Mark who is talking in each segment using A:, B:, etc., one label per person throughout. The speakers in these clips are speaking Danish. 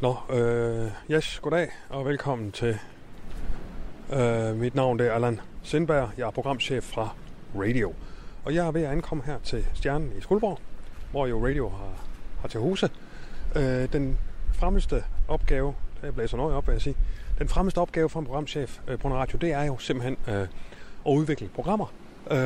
A: Nå, øh, yes, goddag og velkommen til. Øh, mit navn det er Allan Sindberg. Jeg er programchef fra Radio. Og jeg er ved at ankomme her til Stjernen i Skuldborg, hvor jo Radio har, har til huse. Øh, den fremmeste opgave, det blæser nøje op, vil jeg sige, den fremmeste opgave for en programchef øh, på en radio, det er jo simpelthen øh, at udvikle programmer. Øh,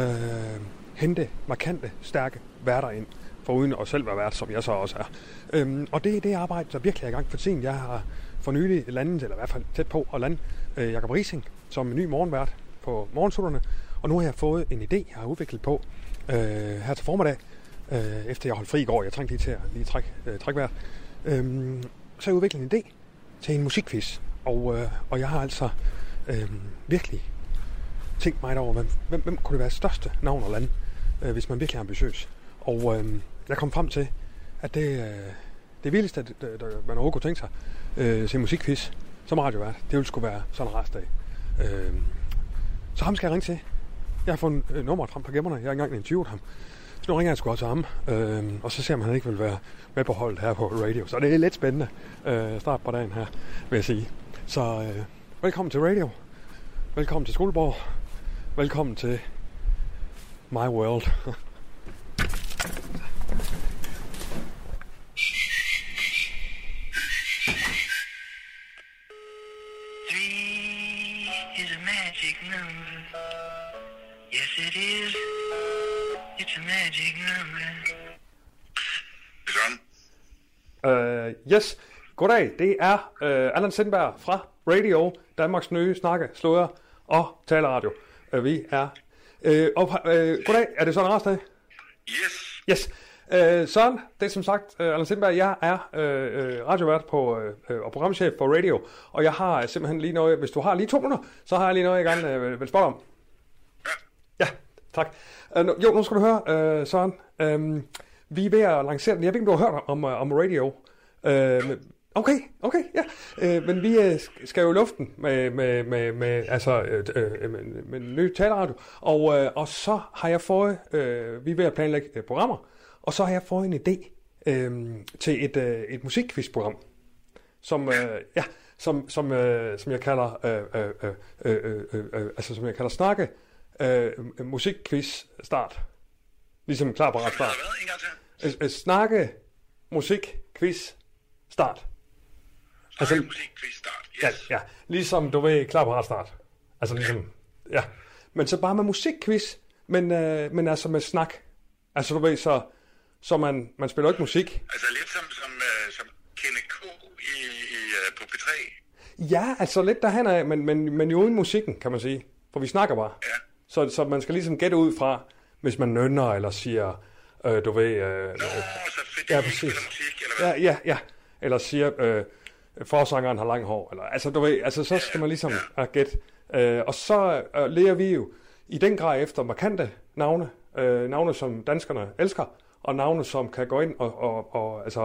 A: hente markante, stærke værter ind, for uden at selv være vært, som jeg så også er. Øhm, og det er det arbejde, der virkelig er i gang for tiden. Jeg har for nylig landet, eller i hvert fald tæt på at lande, øh, Jacob Rising som ny morgenvært på Morgensutterne. Og nu har jeg fået en idé, jeg har udviklet på øh, her til formiddag, øh, efter jeg holdt fri i går. Jeg trængte lige til at lige trække, øh, trække vejret. Øhm, så har jeg udviklet en idé til en musikquiz. Og, øh, og jeg har altså øh, virkelig tænkt mig over, hvem, hvem, hvem kunne det være største navn og lande, øh, hvis man virkelig er ambitiøs. Og øh, jeg kom frem til, at det, øh, det vildeste, at, der, der, man overhovedet kunne tænke sig, øh, til musikquiz som radiovært, det ville skulle være sådan en rest dag. Øh, så ham skal jeg ringe til. Jeg har fundet øh, nummeret frem på gemmerne. Jeg har ikke engang interviewet ham. Så nu ringer jeg sgu også til ham, øh, og så ser man, at han ikke vil være med på holdet her på radio. Så det er lidt spændende øh, start på dagen her, vil jeg sige. Så øh, velkommen til radio. Velkommen til Skoleborg. Velkommen til My World.
B: Three is a magic number. Yes, it is. It's a magic number.
C: Sådan.
A: Øh, yes, goddag. Det er øh, Allan Sindberg fra Radio, Danmarks nye snakke, slåder og taleradio. Øh, vi er... Øh, og, øh, goddag, er det sådan en dag?
C: Yes.
A: Yes. Øh, Søren, det er som sagt øh, Allan Sindberg. Jeg er øh, øh, radiovært på, øh, øh, og programchef for Radio, og jeg har øh, simpelthen lige noget... Hvis du har lige to minutter, så har jeg lige noget, jeg gerne øh, vil- vil spørge dig om. Ja, tak. Øh, nu- jo, nu skal du høre, øh, Søren. Øh, vi er ved at lancere den. Jeg ved ikke, om du har hørt om, øh, om radio. Øh, men- okay, okay, ja. Øh, men vi øh, sk- skal jo i luften med, med, med, med, altså, øh, øh, med, med en ny taleradio. Og, øh, og så har jeg fået, øh, vi er ved at planlægge øh, programmer, og så har jeg fået en idé øh, til et, øh, et musikquizprogram som, øh, ja, som, som, øh, som jeg kalder, øh, øh, øh, øh, øh, øh, altså som jeg kalder snakke, øh, øh, musikquiz start. Ligesom klar på ret
C: Hvad
A: start.
C: har været en gang til?
A: Øh, øh, snakke, musik, quiz, start.
C: Altså,
A: Altså-
C: musik, quiz, start. Yes.
A: Ja, ja. Ligesom, du ved, klar på ret start. Altså ligesom, ja. Men så bare med musikquiz, men, øh, men altså med snak. Altså du ved, så, så man, man spiller jo ikke musik,
C: Altså lidt som, som, øh, som Kenneth K. I, i, øh, på P3.
A: Ja, altså lidt derhen af, men, men, men jo uden musikken, kan man sige. For vi snakker bare.
C: Ja.
A: Så, så man skal ligesom gætte ud fra, hvis man nønner eller siger, øh, du ved... Øh, øh,
C: Åh, så fedt,
A: Ja,
C: ja,
A: præcis.
C: spiller musik, eller hvad?
A: ja, ja, ja. Eller siger, øh, forsangeren har lang hår. Eller, altså, du ved, altså, så skal man ligesom ja. gætte. Øh, og så øh, lærer vi jo i den grad efter markante navne. Øh, navne, som danskerne elsker. Og navne, som kan gå ind og, og, og altså,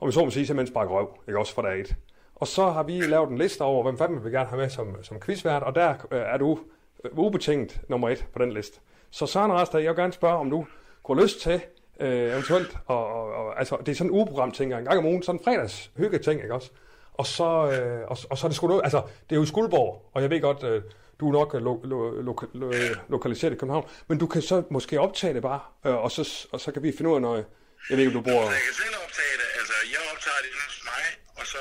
A: om jeg så må sige, simpelthen sparke røv. Ikke også for dag et. Og så har vi lavet en liste over, hvem fanden vi vil gerne have med som, som quizvært, og der øh, er du øh, ubetinget nummer et på den liste. Så Søren Rastad, jeg vil gerne spørge, om du kunne have lyst til øh, eventuelt, og, og, og, altså det er sådan en ugeprogram, tænker jeg, en gang om ugen, sådan en fredags hygge ting, ikke også? Og så, øh, og, og så er det sgu noget, altså det er jo i Skuldborg, og jeg ved godt, øh, du er nok øh, lo, lo, lo, lo, øh, lokaliseret i København, men du kan så måske optage det bare, øh, og, så, og så kan vi finde ud af noget, jeg ved ikke, om du bor...
C: Så jeg kan selv optage det. Altså, jeg optager det hos mig, og så...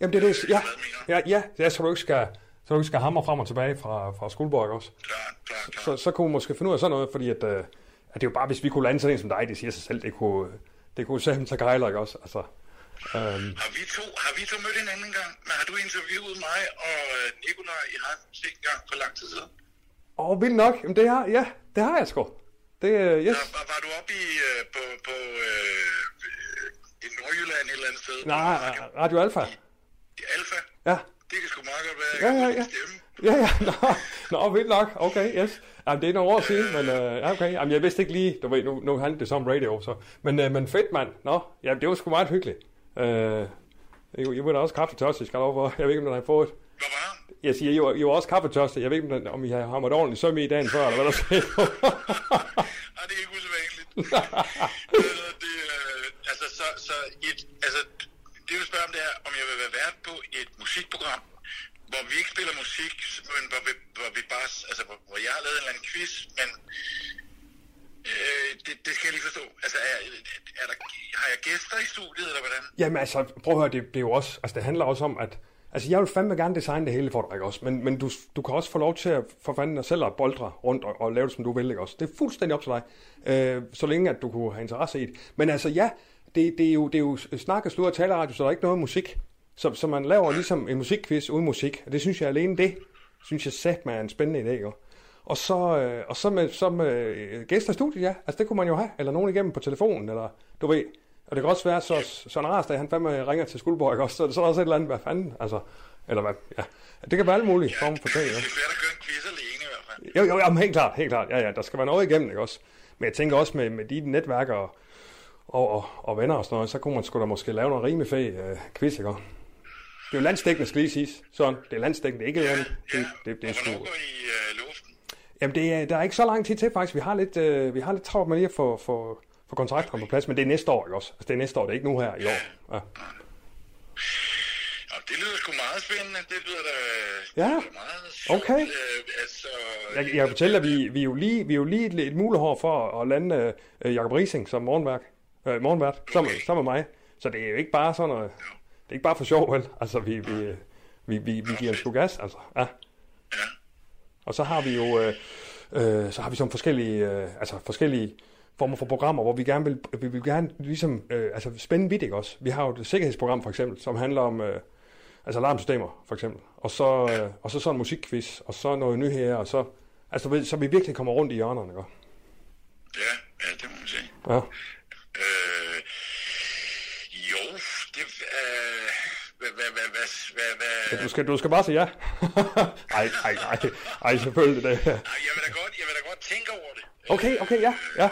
A: Jamen det er det, ja,
C: Hvad mener du?
A: ja, ja, ja så du ikke skal, så du ikke skal hamre frem og tilbage fra, fra Skuldborg også.
C: Klar, klar, klar.
A: Så, så kunne vi måske finde ud af sådan noget, fordi at, øh, at det er jo bare, hvis vi kunne lande sådan en som dig, det siger sig selv, det kunne, øh, det kunne Sam tage gejler, ikke også? Altså, øhm,
C: Har vi, to, har vi to mødt hinanden engang? Men har du interviewet mig og øh, Nikolaj i Heim Musik engang for lang tid siden?
A: og vildt nok, jamen det har, ja, det har jeg sgu. Det, øh,
C: Så
A: yes.
C: var, var du oppe i, øh, på, på øh, øh, i Nordjylland et eller andet sted.
A: Nej, Radio Alfa.
C: Det er Alfa.
A: Ja,
C: Det kan sgu meget godt være,
A: Ja,
C: at jeg
A: ja,
C: kan
A: ja.
C: stemme.
A: Ja, ja, nå, nå vildt nok, okay, yes. Jamen, det er nogle år siden, men øh, ja, okay. Jamen, jeg vidste ikke lige, du ved, nu, nu handler det som radio, så. Men, øh, men fedt, mand, nå, jamen, det var sgu meget hyggeligt. Øh, I, I var da også kaffetørstig, skal jeg lov for. Jeg ved ikke, om den har fået...
C: Hvor var han?
A: Jeg siger, I var, I var også kaffetørstig. Jeg ved ikke, om, den, om I har hamret ordentligt søm i dagen før, eller hvad der sker.
C: Nej, det er ikke usædvanligt. Øh, det, øh, altså, så, så et, altså, det du spørger om, det er, om jeg vil være vært på et musikprogram, hvor vi ikke spiller musik, men hvor vi, hvor vi bare, altså, hvor, hvor jeg har lavet en eller anden quiz, men øh, det, det skal jeg lige forstå. Altså, er, er der, har jeg gæster i studiet, eller hvordan?
A: Jamen, altså, prøv at høre, det, det er jo også... Altså, det handler også om, at... Altså, jeg vil fandme gerne designe det hele for dig, ikke også? Men, men du, du kan også få lov til at for fanden dig selv at boldre rundt og, og lave det, som du vil, ikke også? Det er fuldstændig op til dig, øh, så længe at du kunne have interesse i det. Men altså, ja, det, det, er, jo, det er jo snak og slud og taleradio, så der er ikke noget musik. Så, så man laver ligesom en musikquiz uden musik, og det synes jeg alene det, synes jeg sat mig er en spændende idé, ikke? også? Og så, øh, og så med, så med øh, gæster i studiet, ja. Altså, det kunne man jo have. Eller nogen igennem på telefonen, eller du ved. Og det kan også være, så Søren Rastad, han fandme ringer til Skuldborg, ikke også? Så er der så er der også et eller andet, hvad fanden, altså. Eller hvad, ja. Det kan være alle mulige former for ting,
C: Det
A: ja.
C: er svært at køre en quiz alene i hvert fald.
A: Jo, jo, jamen, helt klart, helt klart. Ja, ja, der skal være noget igennem, ikke også? Men jeg tænker også med, med de netværk og, og, og, og venner og sådan noget, så kunne man sgu da måske lave noget rimefæ øh, quiz, ikke også? Det er jo landstækkende, skal lige siges. Sådan, det er landstækkende, det er ikke ja, andet. Det, det, det, det er
C: og
A: sgu...
C: hvornår går I øh, luften?
A: Jamen, det er, der er ikke så lang tid til, faktisk. Vi har lidt, øh, vi har lidt travlt med lige at få, få, få kontrakten på plads, men det er næste år, ikke også? Altså, det er næste år, det er ikke nu her i år. Ja.
C: Nå, det lyder sgu meget spændende. Det lyder da
A: Ja.
C: det lyder meget sjovt.
A: Okay.
C: Øh, altså,
A: Jeg, jeg kan fortælle dig, vi, vi er jo lige, vi er jo lige et, et mulehår for at, at lande øh, Jacob Rising som morgenværk, øh, morgenvært, sammen,
C: Okay.
A: sammen med mig. Så det er jo ikke bare sådan noget, det er ikke bare for sjov, vel? Altså, vi, vi, øh, vi, vi, vi giver en sgu gas, altså. Ja.
C: Ja.
A: Og så har vi jo øh, øh, så har vi sådan forskellige, øh, altså forskellige former for programmer, hvor vi gerne vil, vi vil gerne ligesom, øh, altså spænde vidt, ikke også? Vi har jo et sikkerhedsprogram for eksempel, som handler om, øh, altså alarmsystemer for eksempel, og så, øh, og så sådan en musikquiz, og så noget nyheder, og så, altså du ved, så vi virkelig kommer rundt i hjørnerne, ikke også?
C: Ja, ja, det må man sige.
A: Ja.
C: Øh, jo, det... Øh, hvad, hvad, hvad, hvad, hvad, hvad,
A: Du skal, du skal bare sige ja. ej, ej, ej, ej, selvfølgelig det.
C: Ej, jeg vil da godt, jeg vil da godt tænke over det.
A: Okay, okay, ja, ja.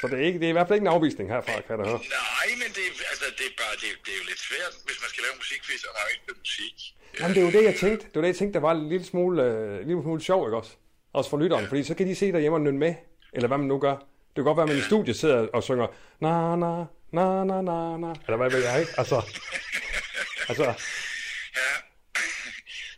A: Så det er, ikke, det er i hvert fald ikke en afvisning herfra, kan jeg da høre.
C: Nej, men det, er- altså, det er bare, det, er- det er jo lidt svært, hvis man skal lave en musikquiz, og der er jo ikke musik.
A: Jamen, det er jo det, jeg tænkte. Det var det, jeg tænkte, der var en lille smule, øh, en lille smule sjov, ikke også? Også for lytteren, fordi så kan de se derhjemme og nynne med, eller hvad man nu gør. Det kan godt være, at man i studiet sidder og synger, na na, na na na na, eller hvad ved jeg, ikke? Altså, altså,
C: Ja.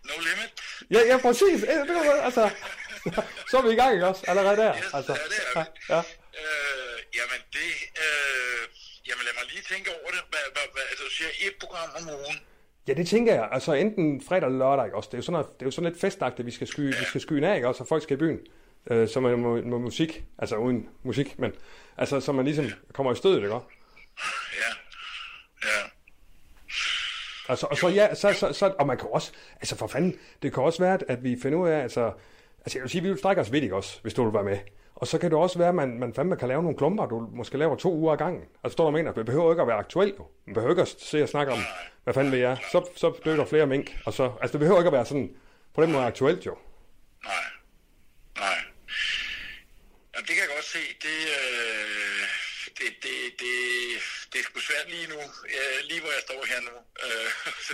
C: no limit.
A: ja, ja, præcis, Eh, det var, altså, så er vi i gang, ikke også? Allerede der,
C: Yes,
A: altså,
C: ja, det er
A: ja,
C: vi.
A: ja.
C: Øh, jamen, det... Øh, jamen, lad mig lige tænke over det. Hvad, hvad, hvad, altså, du siger et program om ugen.
A: Ja, det tænker jeg. Altså enten fredag eller lørdag, ikke også? Det er jo sådan, noget, det er jo sådan lidt festagtigt, vi skal sky, vi skal sky af, ikke også? Og folk skal i byen. Øh, så man må, må, musik, altså uden musik, men altså så man ligesom kommer i stødet, ikke også?
C: Ja. Ja.
A: Altså, og så, ja, så, så, så, og man kan jo også, altså for fanden, det kan også være, at- at vi finder ud af, altså, altså jeg vil sige, vi vil strække os vidt, ikke også, hvis du vil være med. Og så kan det også være, at man, man fandme kan lave nogle klumper, du måske laver to uger ad gangen. Altså, står der mener, det behøver ikke at være aktuelt, jo. Man behøver ikke at se og snakke om, hvad fanden vil jeg, så, så dør der flere mink, og så, altså det behøver ikke at være sådan, på den måde aktuelt, jo.
C: Nej. Nej. Jamen, det kan jeg godt se. Det, øh, det, det, det, det er sgu svært lige nu. Øh, lige hvor jeg står her nu. Øh,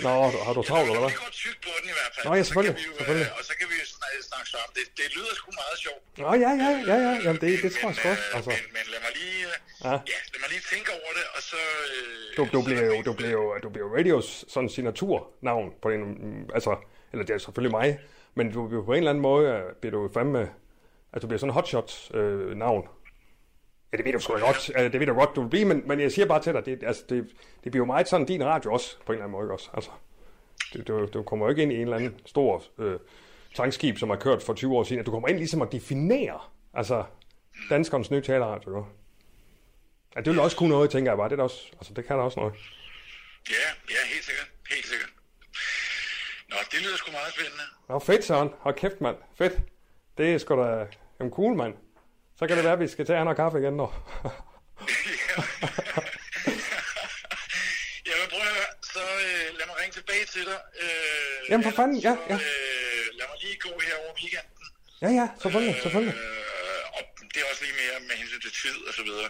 A: Nå, har du travlt, eller hvad?
C: Det går tygt på den i hvert fald.
A: Nå, ja,
C: Og så kan
A: selvfølgelig,
C: vi jo, øh,
A: selvfølgelig.
C: Og så kan vi jo snakke, snakke sammen. Det, det lyder sgu meget sjovt.
A: Nå, ja, ja, ja, ja, jamen det, det tror jeg sgu,
C: Men,
A: også,
C: øh,
A: altså.
C: men, men lad mig lige,
A: Ja.
C: ja. ja, lad mig lige tænke over det, og så... Øh,
A: Du, du,
C: så-
A: bliver jo, du, bliver jo, du bliver jo radios sådan signaturnavn på en, mm, altså, eller det er selvfølgelig mig, men du bliver på en eller anden måde, øh, bliver du jo fandme, at du bliver sådan en hotshot øh, navn. Ja, det ved du sgu da godt, altså, det ved du godt, du vil blive, men, men jeg siger bare til dig, det, altså, det, det bliver jo meget sådan din radio også, på en eller anden måde ikke også, altså. Du, du, du kommer jo ikke ind i en eller anden stor øh, tankskib, som har kørt for 20 år siden, du kommer ind ligesom at definere, altså, danskernes nye taleradio, ikke? Ja, det vil også kunne noget, tænker jeg bare. Det, er da også, altså, det kan der også noget.
C: Ja, ja, helt sikkert. Helt sikkert. Nå, det lyder sgu meget spændende.
A: Nå, fedt, Søren. Hold kæft, mand. Fedt. Det er sgu da... Jamen, cool, mand. Så kan det være, at vi skal tage noget kaffe igen, når.
C: Ja. men prøv at høre, så øh, lad mig ringe tilbage til dig. Øh,
D: Jamen, for
C: Allan,
D: fanden, ja,
C: så,
D: ja.
C: Øh, lad mig lige gå her over weekenden.
D: Ja, ja, selvfølgelig, selvfølgelig.
C: Øh, og det er også lige mere med hensyn til tid og så videre.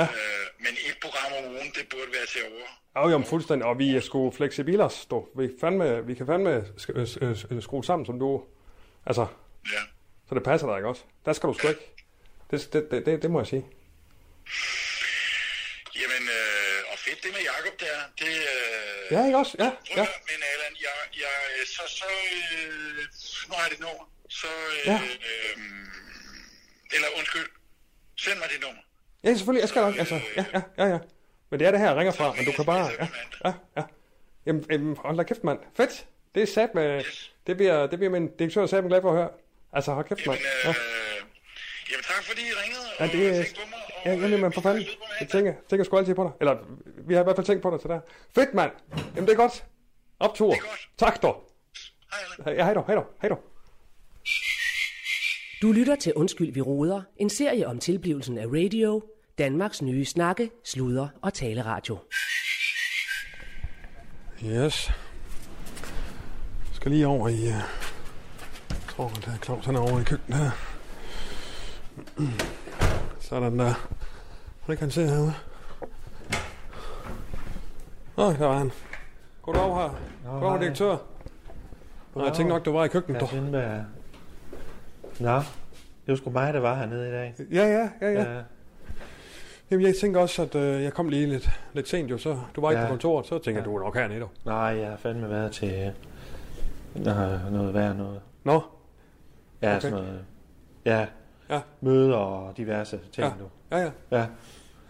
D: Ja.
C: Øh, men et program om ugen, det burde være til over.
A: Ja, jo, men fuldstændig. Og vi er sgu fleksibiler, stå. Vi, fandme, vi kan fandme sk- øh, øh, øh, skrue sammen, som du... Altså,
C: Ja.
A: så det passer dig ikke også. Der skal du sgu ikke. Det, det, det, det, det må jeg sige.
C: Jamen, øh, og fedt det med Jacob der. Det, øh,
A: Ja, ikke også? Ja,
C: Prøv at
A: ja.
C: høre, men Allan, jeg, jeg, øh, så, så, øh, nu har jeg dit nummer. Så, øh,
A: Ja.
C: øh, eller undskyld, send mig dit nummer.
A: Ja, selvfølgelig. Jeg skal nok. Altså, ja, ja, ja, ja. Men det er det her, jeg ringer fra, men du kan bare... Ja, ja, ja. Jamen, jamen hold da kæft, mand. Fedt. Det er sat med... Det bliver, det bliver min direktør sat med glad for at høre. Altså, hold kæft, mand.
C: Jamen, øh,
A: Ja.
C: jamen tak fordi I ringede.
A: Ja,
C: og
A: det er...
C: tænkte på mig, og,
A: Ja, jamen, men for fanden.
C: øh, vi ses på
A: Jeg
C: mandag.
A: tænker, tænker sgu altid på dig. Eller, vi har i hvert fald tænkt på dig til der. Fedt, mand. Jamen, det er godt. Optur.
C: er godt.
A: Tak, dog.
C: Hej, Allan.
A: Ja, hej dog, hej dog, hej dog.
E: Du lytter til Undskyld, vi roder, en serie om tilblivelsen af radio, Danmarks nye snakke, sludre og taleradio.
A: Yes. Jeg skal lige over i... øh, Jeg tror, at der er Claus, han er over i køkkenet her. Sådan der. Hvordan kan han se herude? Nå, der var han. Goddag her. Goddag,
F: hej.
A: direktør. Nå, jeg tænkte nok, du var i køkkenet.
F: Ja,
A: du.
F: Sindberg. Nå, det var sgu mig, der var hernede i dag.
A: Ja, ja, ja, ja.
F: Ja,
A: Jamen, jeg tænker også, at øh, jeg kom lige lidt, lidt sent jo, så du var ikke
F: Ja.
A: på kontoret, så tænker jeg,
F: Ja.
A: du er nok hernede. dog.
F: nej, jeg har fandme været til øh, noget værd noget.
A: Nå,
F: Ja,
A: Okay.
F: okay. sådan noget. øh, Ja,
A: Ja.
F: møder og diverse ting
A: Ja.
F: nu.
A: ja, ja.
F: Ja.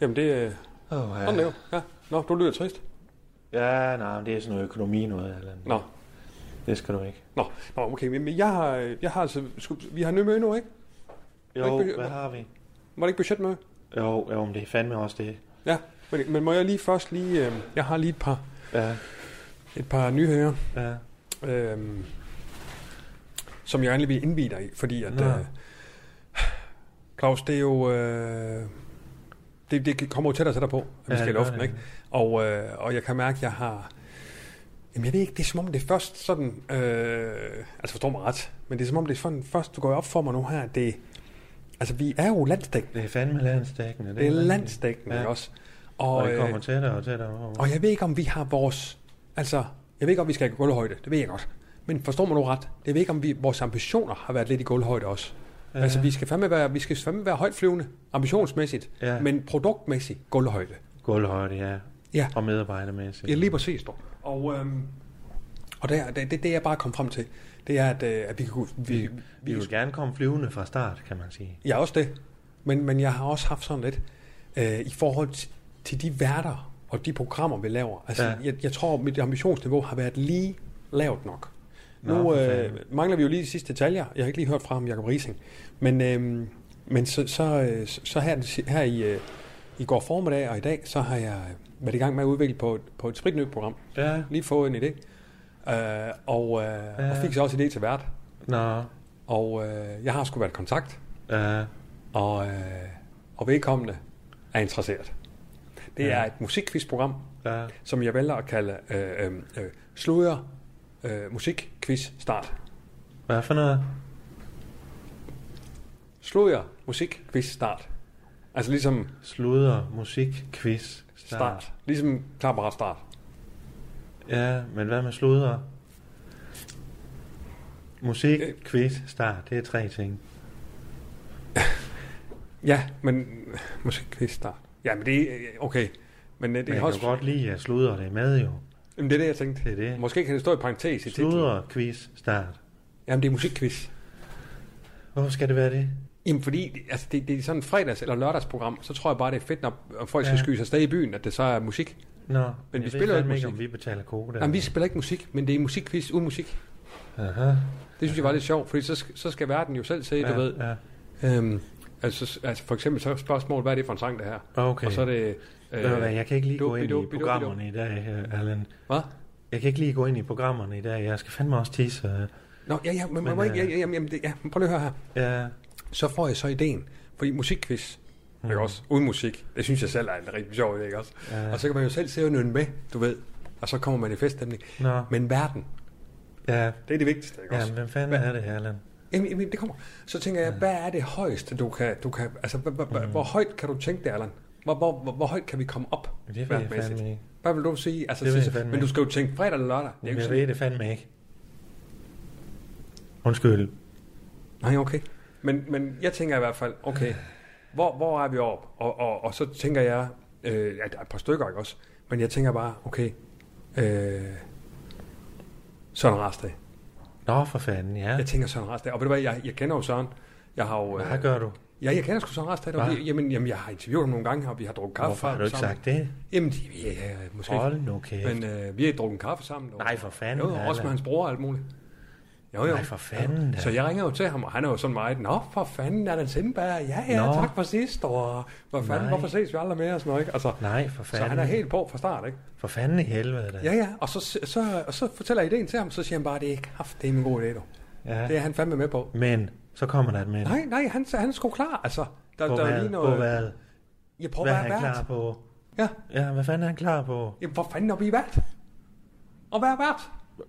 A: Jamen, det er øh,
F: Oh,
A: sådan
F: ja.
A: det jo. Ja. Nå, du lyder trist.
F: ja, nej, men det er sådan noget økonomi noget. Eller andet.
A: Nå.
F: Det skal du ikke.
A: Nå, nå okay, men jeg har, jeg har altså, sku, vi har nyt møde nu, ikke?
F: Jo,
A: ikke-
F: hvad har vi?
A: Var det ikke budgetmøde?
F: Jo, jo, men det er fandme også det.
A: Ja, men, men må jeg lige først lige, øh, jeg har lige et par,
F: Ja,
A: et par nyheder,
F: ja.
A: øh, som jeg egentlig vil indvide dig i, fordi at,
F: Nå.
A: øh, Claus, det er jo, øh, det, det kommer jo tættere og tættere på, at vi
F: Ja,
A: skal i
F: det gør
A: luften,
F: det.
A: ikke? Og, øh, og jeg kan mærke, at jeg har, jamen jeg ved ikke, det er som om det er først sådan, øh, altså forstår mig ret, men det er som om det er sådan, først du går op for mig nu her, at det, altså vi er jo landstækkende.
F: Det er fandme landstækkende.
A: Det er
F: rigtigt.
A: landstækkende ja. også. Og,
F: Og det
A: øh,
F: kommer tættere og tættere over.
A: og jeg ved ikke, om vi har vores... Altså, jeg ved ikke, om vi skal i gulvhøjde. Det ved jeg godt. Men forstår man nu ret? Jeg ved ikke, om vi, vores ambitioner har været lidt i gulvhøjde også. Ja. Altså, vi skal fandme være, vi skal fandme være højtflyvende, ambitionsmæssigt, ja.
F: Ja.
A: men produktmæssigt gulvhøjde.
F: Gulvhøjde, ja.
A: Ja.
F: Og medarbejdermæssigt.
A: Ja, lige præcis. Dog. Og, øhm, og det, er- det, det, det, jeg bare kom frem til, det er, at, øh, at vi kan... gå- Vi, vi,
F: Vi vil gerne komme flyvende fra start, kan man sige.
A: Ja, også det. Men, men jeg har også haft sådan lidt, øh, i forhold til, til de værter og de programmer, vi laver. Altså, ja.
F: Ja.
A: jeg, jeg tror, mit ambitionsniveau har været lige lavt nok.
F: Nå,
A: nu
F: for
A: øh,
F: fanden.
A: mangler vi jo lige de sidste detaljer. Jeg har ikke lige hørt fra ham, Jacob Rising. Men, øh, men så, så, øh, så- så her, det si- her i, øh, i går formiddag og i dag, så har jeg øh, været i gang med at udvikle på, et- på et spritnyt program.
F: Ja,
A: Lige fået en idé. Øh, og, øh, ja. og
F: Ja.
A: fik så også idé til vært.
F: nå,
A: Og øh, jeg har sgu været i kontakt
F: ja,
A: og, øh, og vedkommende er interesseret. Det ja.
F: Ja.
A: er et musikquizprogram,
F: ja,
A: som jeg vælger at kalde øh, øh, øh, Sludder øh, Musikquiz Start.
F: hvad for noget?
A: Sludder Musikquiz Start. Altså ligesom
F: Sluder, musik, quiz, start.
A: start. Ligesom klar, parat, start.
F: Ja, men hvad med sluder? Musik,
A: Øh.
F: quiz, start. Det er tre ting.
A: Ja, men musikquiz start. Ja, men det er øh, okay. Men øh,
F: Men
A: det er
F: jeg
A: også,
F: kan godt lide, at sluder det er med jo.
A: Jamen, det er det, jeg tænkte.
F: Det er det.
A: Måske kan det stå i parentes i titlen.
F: Sluder, quiz, start.
A: Jamen, det er musikquiz.
F: Hvorfor skal det være det?
A: Jamen fordi, altså det, det er sådan en fredags- eller lørdagsprogram, så tror jeg bare, det er fedt, når folk skal
F: Ja.
A: skyde sig afsted i byen, at det så er musik.
F: Nå, men
A: vi spiller jo ikke
F: ikke,
A: musik.
F: om vi betaler kode.
A: Jamen, vi spiller ikke musik, men det er musikquiz uden musik.
F: Aha.
A: Det synes jeg var lidt sjovt, fordi så, sk- så skal verden jo selv se, du
F: ja,
A: ved.
F: Ja.
A: Øhm, altså, altså for eksempel så er spørgsmålet, hvad er det for en sang, det her?
F: Ah, Okay.
A: Og så er det...
F: Øh, Ved du hvad, jeg kan ikke lige
A: bidu,
F: gå ind
A: bidu,
F: i
A: bidu, bidu.
F: programmerne i dag, øh, Allan.
A: Hvad?
F: Jeg kan ikke lige gå ind i programmerne i dag. Jeg skal fandme også tisse. øh.
A: Nå, ja, ja, men, men
F: Men,
A: må ikke, ja,
F: øh,
A: ja, jamen, jamen, det, ja, prøv lige at høre her.
F: Ja,
A: Så får jeg så ideen, fordi musikquiz,
F: Mm.
A: Ikke også? Uden musik. Det synes jeg selv er en rigtig sjov idé, ikke også? Ja. Og så kan man jo selv se og nynne med, du ved. Og så kommer man i feststemning.
F: Nå.
A: Men verden,
F: Ja,
A: det er det vigtigste, ikke
F: ja
A: også?
F: men hvem fanden er det her, Allan?
A: Jamen, jamen, det kommer. Så tænker jeg, hvad er det højeste, du kan... Du kan altså, hvor, hvor, mm. hvor højt kan du tænke det, Allan? Hvor, hvor, hvor, hvor højt kan vi komme op?
F: Det ved jeg
A: verdensmæssigt?
F: fandme ikke.
A: Hvad vil du sige? Altså,
F: Det ved
A: så-
F: jeg fandme
A: men du
F: ikke.
A: skal jo tænke fredag eller lørdag. Det er jo ikke
F: Jeg
A: sådan,
F: ved det fandme ikke. Undskyld.
A: nej, okay. Men, men jeg tænker i hvert fald, okay, hvor, hvor er vi op? Og, og, og så tænker jeg, øh, at der er et par stykker, ikke også? Men jeg tænker bare, okay, øh, Søren Rastad.
F: Nå, for fanden, ja.
A: Jeg tænker Søren Rastad. Og ved du hvad, jeg, jeg kender jo Søren. Jeg har jo... øh,
F: Hvad gør du?
A: Ja, jeg kender sgu Søren Rastad. og
F: Hva?
A: vi- Jamen, jamen, jeg har interviewet ham nogle gange, og vi har drukket kaffe
F: Hvorfor har du ikke
A: sammen.
F: sagt det?
A: Jamen, de, ja, ja, måske.
F: Hold nu kæft.
A: Men øh, vi har drukket en kaffe sammen. Og,
F: Nej, for fanden,
A: Jo, også
F: Allan.
A: med hans bror og alt muligt. Jo, jo.
F: Nej, for fanden da.
A: Så jeg ringer jo til ham, og han er jo sådan meget, Nå, for fanden, Allan Sindberg, ja, ja,
F: Nå.
A: Nå. tak for sidst, og hvor fanden,
F: Nej.
A: hvorfor ses vi aldrig mere og sådan noget, ikke? Altså,
F: Nej, for
A: så
F: fanden.
A: han er helt på fra start, ikke?
F: For fanden i helvede da.
A: Ja, ja, og så, så, og så fortæller jeg ideen til ham, så siger han bare, det er kraft, det er en god idé, du.
F: Ja.
A: Det er han fandme med på.
F: Men, så kommer der et men.
A: Nej, nej, han, han er sgu klar, altså. Der,
F: på
A: der er
F: hvad?
A: lige
F: Noget... På
A: noget...
F: hvad?
A: Jeg prøver
F: Hvad er
A: at
F: han
A: være
F: klar
A: vært.
F: på?
A: Ja,
F: Ja, hvad fanden er han klar på?
A: jamen, hvor fanden er vi vært? Og hvad er vært?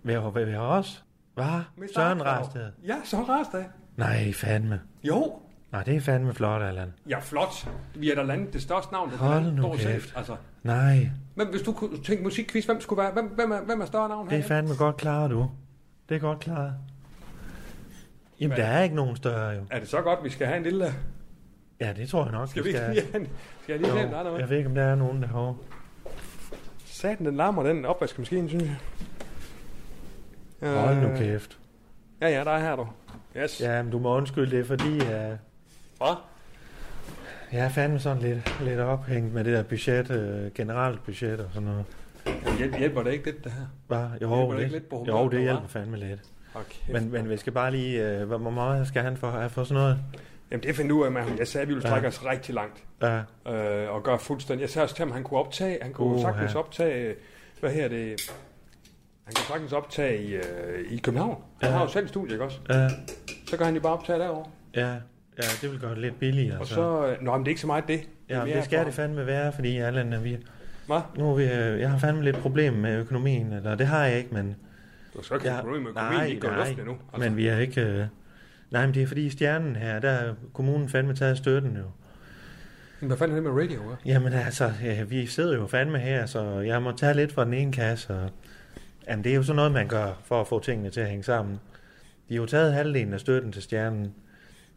F: Ved, ved, ved os? Hvad?
A: Mr.
F: Søren
A: Axelgaard.
F: Rasted?
A: Ja, Søren Rasted.
F: Nej, fandme.
A: Jo,
F: Nej, det er fandme flot, Allan.
A: ja, flot. Vi er da landet det største navn, der
F: Hold
A: kan
F: nu
A: stort set.
F: kæft.
A: Altså,
F: Nej,
A: men hvis du kunne tænke musikquiz, hvem skulle være, hvem, hvem, er, hvem er større navn
F: det er
A: her?
F: fandme godt klaret, du. Det er godt klaret. Jamen,
A: Hvad?
F: der er ikke nogen større, jo.
A: Er det så godt, vi skal have en lille...
F: Ja, det tror jeg nok.
A: Skal vi ikke lige have en... Skal jeg lige have en eller
F: jo, jeg
A: noget?
F: ved ikke, om der er nogen derovre.
A: Satan, den larmer den opvaskemaskine, synes jeg. Øh,
F: Hold nu kæft.
A: Ja, ja, der er her, du. Yes. Ja.
F: Ja, men du må undskylde det, er fordi uh,
A: Hvad?
F: jeg er fandme sådan lidt, lidt ophængt med det der budget, uh, generelt budget og sådan noget.
A: Jamen, hjæl- Hjælper det ikke lidt, det her?
F: Hva? Jo,
A: Hjælper det
F: det,
A: ikke lidt på humøret,
F: jo, det
A: eller
F: hjælper
A: hvad?
F: fandme lidt.
A: Okay.
F: Men, men vi skal bare lige... Uh, hvor hvor meget skal han for, have for sådan noget?
A: Jamen, det finder du ud af med ham. Jeg sagde, at vi ville
F: Ja.
A: strække os rigtig langt.
F: Ja,
A: øh, og gøre fuldstændig. Jeg sagde også til ham, han kunne optage, han kunne
F: Uha.
A: sagtens optage, øh, hvad her det, han kunne sagtens optage i, øh, i København. Han
F: Ja.
A: har jo selv et studie, ikke også?
F: ja,
A: Så kan han jo bare optage derovre.
F: ja, ja, det vil gøre det lidt billigere.
A: Og så, øh, nå, men det er ikke så meget det. det
F: ja, men det skal det fandme være, fordi Allan, er vi,
A: Hvad?
F: nu er vi, øh, jeg har fandme lidt problem med økonomien, eller det har jeg ikke, men...
A: Du skal ikke
F: jeg,
A: have problem med økonomien, det går luften endnu. Altså,
F: men vi har ikke... Øh, nej, men det er fordi stjernen her, der er kommunen fandme taget støtten jo.
A: men, hvad fanden er det med radio, hva'?
F: Jamen altså, øh, vi sidder jo fandme her, så jeg må tage lidt fra den ene kasse. Og... Jamen, det er jo sådan noget, man gør for at få tingene til at hænge sammen. De har jo taget halvdelen af støtten til stjernen.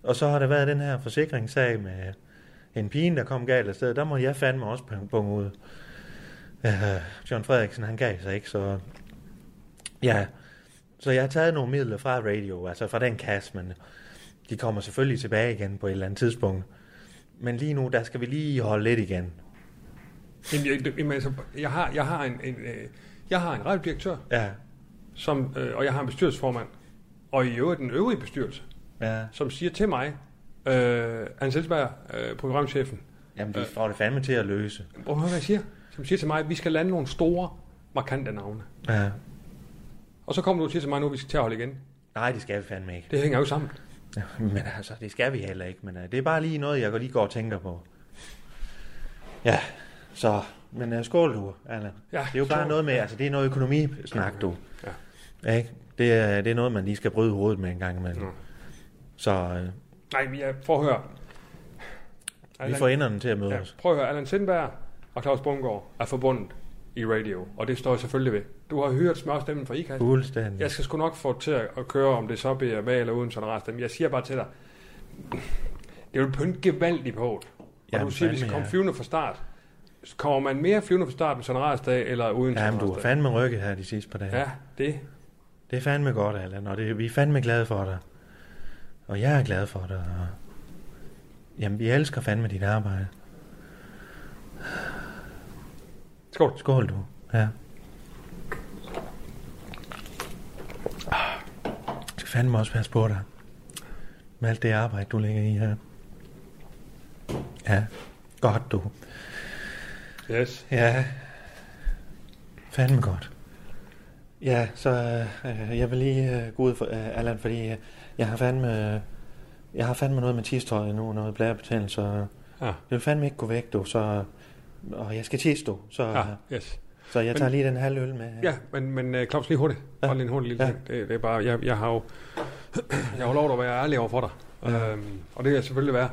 F: Og så har der været den her forsikringssag med en pige, der kom galt afsted. Der må jeg fandme også punge ud. Øh, John Frederiksen, han gav sig ikke, så... Ja, så jeg har taget nogle midler fra radio, altså fra den kasse, men de kommer selvfølgelig tilbage igen på et eller andet tidspunkt. Men lige nu, der skal vi lige holde lidt igen.
A: Jamen, jeg, jamen, altså, jeg, har, jeg har en, en øh, jeg har en radiodirektør,
F: Ja,
A: som, øh, og jeg har en bestyrelsesformand, og i øvrigt den øvrige bestyrelse,
F: ja.
A: som siger til mig, øh, Hans Elsberg, øh, programchefen,
F: Jamen, vi får det fandme til at løse.
A: Prøv at høre, hvad jeg siger. Som siger til mig, at vi skal lande nogle store, markante navne.
F: Ja.
A: Og så kommer du og siger til mig nu, at vi skal til at holde igen.
F: Nej, det skal vi fandme ikke.
A: Det hænger jo sammen.
F: Men altså, det skal vi heller ikke. Men uh, det er bare lige noget, jeg lige går og tænker på. Ja, så... Men uh, skål du, Anna.
A: Ja,
F: det er jo bare
A: skål.
F: noget med... Altså, det er noget økonomisnak, du.
A: Ja.
F: Ja. Ikke? Det, er, det er noget, man lige skal bryde hovedet med en gang imellem.
A: Nå.
F: Så øh,
A: Nej, men jeg får at høre.
F: vi
A: Allan-
F: får enderne til at møde
A: ja,
F: os.
A: prøv at høre, Allan Sindberg og Claus Bungård er forbundet i radio, og det står jeg selvfølgelig ved. Du har hørt smørstemmen fra IKAST.
F: Fuldstændig.
A: Jeg skal sgu nok få til at køre, om det så bliver med eller uden sådan rest. Men jeg siger bare til dig, det er jo pynt gevaldigt på. Og du
F: Jamen,
A: siger, at vi skal
F: fandme,
A: komme
F: ja.
A: flyvende fra start. Kommer man mere flyvende fra start med sådan rest dag, eller uden sådan
F: Jamen, du har
A: rest dag?
F: fandme rykket her de sidste par dage.
A: Ja, det
F: Det er fandme godt, Allan, og det, vi er fandme glade for dig. Og jeg er glad for dig. Og... Jamen, vi elsker fandme dit arbejde.
A: Skål.
F: Skål, du. Ja. Jeg Ah, skal fandme også passe på dig. Med alt det arbejde, du lægger i her. Ja. Godt, du.
A: Yes.
F: Ja. Fandme godt. Ja, så øh, øh, jeg vil lige øh, gå ud for øh, Allan, fordi øh, jeg har fandme... Øh, jeg har fandme noget med tistøjet nu, noget blærebetændelse, og
A: Ja.
F: Jeg vil fandme ikke gå væk, du, så... øh, Og jeg skal tisse, du, så, ja.
A: Ja, yes.
F: så jeg tager lige den halv øl med.
A: Ja, men, men øh, Claus, lige hurtigt.
F: Ja.
A: Hold lige en hurtig lille
F: Ja.
A: ting. Det, det er bare, jeg, jeg har jo jeg har lov at være ærlig over for dig. Ja. Øhm, og det kan jeg selvfølgelig være.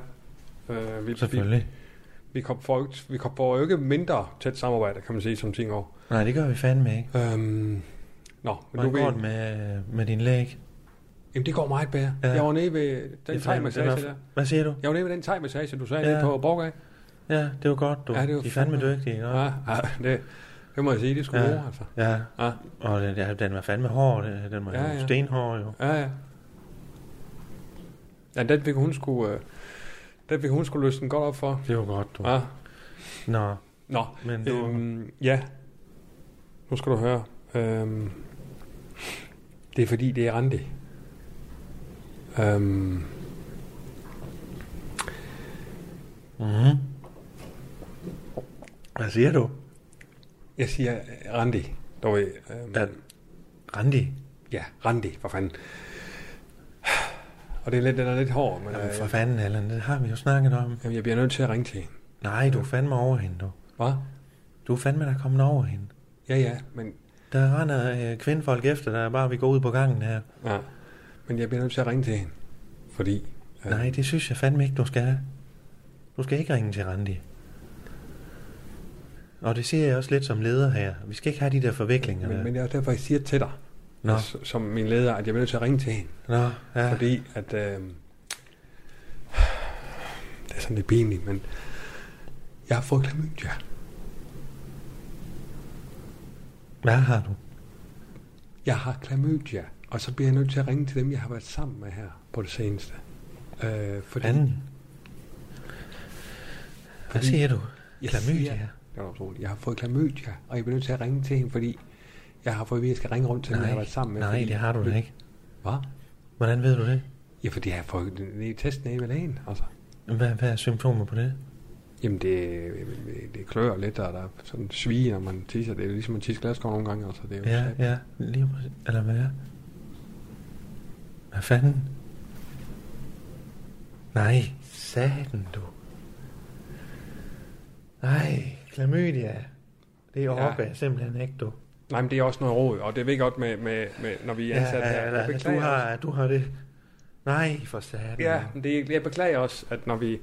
A: Øh, vi,
F: Selvfølgelig.
A: Vi, vi, kom for, vi kom for jo ikke mindre tæt samarbejde, kan man sige, som 10 år.
F: Nej, det gør vi fandme ikke.
A: Øhm, nå, men
F: Hvordan
A: du
F: går
A: ved,
F: det med, med din læg?
A: jamen, det går meget bedre.
F: Ja.
A: Jeg var nede ved den
F: Det er fandme-
A: thai-massage
F: den er-
A: der.
F: Hvad siger du?
A: Jeg var nede ved den thai-massage, du sagde
F: Ja.
A: ja. nede på Borgag.
F: Ja, det var godt, du.
A: Ja, det var
F: De er fandme dygtige, ikke?
A: Ja, ja det, det må jeg sige, det skulle ja.
F: Ja.
A: bruge, altså.
F: Ja,
A: Ja,
F: og den, ja, den var fandme hård. Den den var
A: Ja,
F: ja,
A: ja.
F: ja. stenhård, jo.
A: ja, ja. Ja, den fik hun skulle, øh, den fik hun skulle løse den godt op for.
F: Det var godt, du. Ja.
A: Ja.
F: Nå,
A: Nå,
F: men du... Øhm.
A: øhm, ja. Nu skal du høre. Øhm, det er fordi, det er Randi. Øhm,
F: Mm-hmm. Hvad siger du?
A: jeg siger øh, Randi. Du ved, øhm,
F: Ja. Randi?
A: ja, Randi, for fanden. Og det er lidt, den er lidt hård, men
F: Jamen,
A: øh,
F: for fanden, Allan, det har vi jo snakket om.
A: jamen, jeg bliver nødt til at ringe til hende.
F: Nej, du er fandme over hende, du.
A: Hvad?
F: Du er fandme, der er kommet over hende.
A: Ja, ja, men
F: Der render øh, kvindfolk efter dig, bare vi går ud på gangen her.
A: Ja. Men jeg bliver nødt til at ringe til hende. Fordi...
F: Ja. Nej, det synes jeg fandme ikke, du skal. Du skal ikke ringe til Randi. Og det siger jeg også lidt som leder her. Vi skal ikke have de der forviklinger
A: men,
F: der.
A: men det er også derfor, jeg siger til dig,
F: Nå,
A: s- som min leder, at jeg bliver nødt til at ringe til hende.
F: nå, ja.
A: Ja. Fordi at... Øh, det er sådan lidt pinligt, men... Jeg har fået klamydia.
F: Hvad har du?
A: Jeg har klamydia. Og så bliver jeg nødt til at ringe til dem, jeg har været sammen med her på det seneste. Øh, fordi
F: Fanden. Hvad siger du?
A: jeg
F: Klamydia?
A: siger- Det var utroligt. Jeg har fået klamydia, og jeg bliver nødt til at ringe til hende, fordi jeg har fået at vide, at jeg skal ringe rundt til dem, jeg har været sammen med.
F: nej,
A: fordi...
F: det har du da ikke.
A: Hvad?
F: Hvordan ved du det?
A: Ja, fordi jeg har fået den i testen af med lægen, altså.
F: Hvad, hvad er symptomer på det?
A: Jamen, det, øh, det klør lidt, og der er sådan svige, når man tisser. Det er ligesom at tisse glasgård nogle gange, altså. Det er jo
F: Ja,
A: sat-
F: ja, lige præcis. Eller hvad er? Hvad fanden? Nej, satan du. Nej, klamydia. Det overgår jeg simpelthen ikke, du.
A: Nej, men det er også noget råd, og det ved jeg godt, med, med, med, når vi er ansat her.
F: eller, altså,
A: Jeg
F: du,
A: beklager også.
F: har, du har det. Nej, for satan.
A: Ja, men det, er- jeg beklager også, at når vi...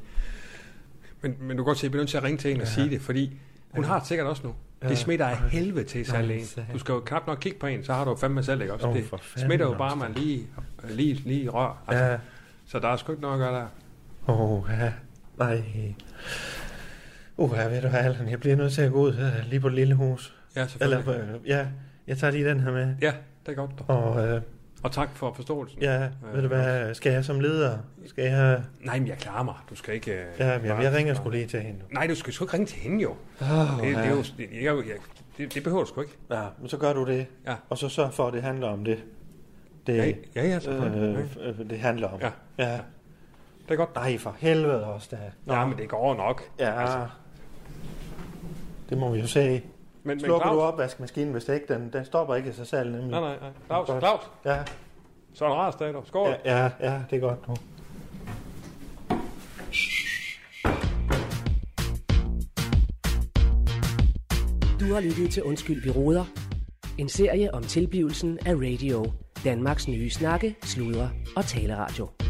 A: Men, men du kan godt se, at jeg bliver nødt til at ringe til hende og
F: Ja.
A: sige det, fordi hun har det sikkert også nu.
F: Ja.
A: Det smitter af helvede til sig
F: Nej,
A: alene.
F: satan.
A: Du skal jo knap nok kigge på en, så har du jo fandme selv, ikke også?
F: Åh,
A: det
F: for fanden
A: smitter jo
F: også.
A: bare, man lige, lige, lige rør. Altså,
F: Ja.
A: Så der er sgu ikke noget at gøre der.
F: Åh, ja. Nej. Åh, ja, ved du hvad, Allan, jeg bliver nødt til at gå ud her, lige på det lille hus.
A: Ja, selvfølgelig.
F: Eller, øh, ja, jeg tager lige den her med.
A: Ja, det er godt. dog.
F: Og øh,
A: Og tak for forståelsen.
F: ja, ved du hvad, skal jeg som leder? Skal jeg...
A: Nej, men jeg klarer mig. Du skal ikke... øh,
F: Ja, men jeg,
A: bare-
F: jeg ringer sgu lige til hende. nu.
A: Nej, du skal sgu ikke ringe til hende jo.
F: Åh,
A: Det, det, er
F: ja.
A: jo, det, jeg, er jo- jeg, det, det behøver du sgu ikke.
F: Ja, men så gør du det.
A: Ja.
F: Og så sørg for, at det handler om det. Det,
A: Ja, ja, ja, selvfølgelig.
F: øh, øh, det handler om.
A: Ja.
F: ja.
A: Det er godt.
F: Nej, for helvede også da.
A: Nå, ja, men det går nok.
F: Ja. Altså. Det må vi jo se.
A: Men, men
F: Slukker
A: Claus...
F: du opvaskemaskinen, hvis det ikke, den, den stopper ikke af sig selv nemlig.
A: Nej, nej, nej. Claus,
F: Godt.
A: Claus.
F: Ja,
A: Så er det rart, Stater. Skål.
F: ja, ja, ja, det er godt nu.
E: Du har lyttet til Undskyld, vi råder. En serie om tilblivelsen af radio. Danmarks nye snakke, sludre og taleradio.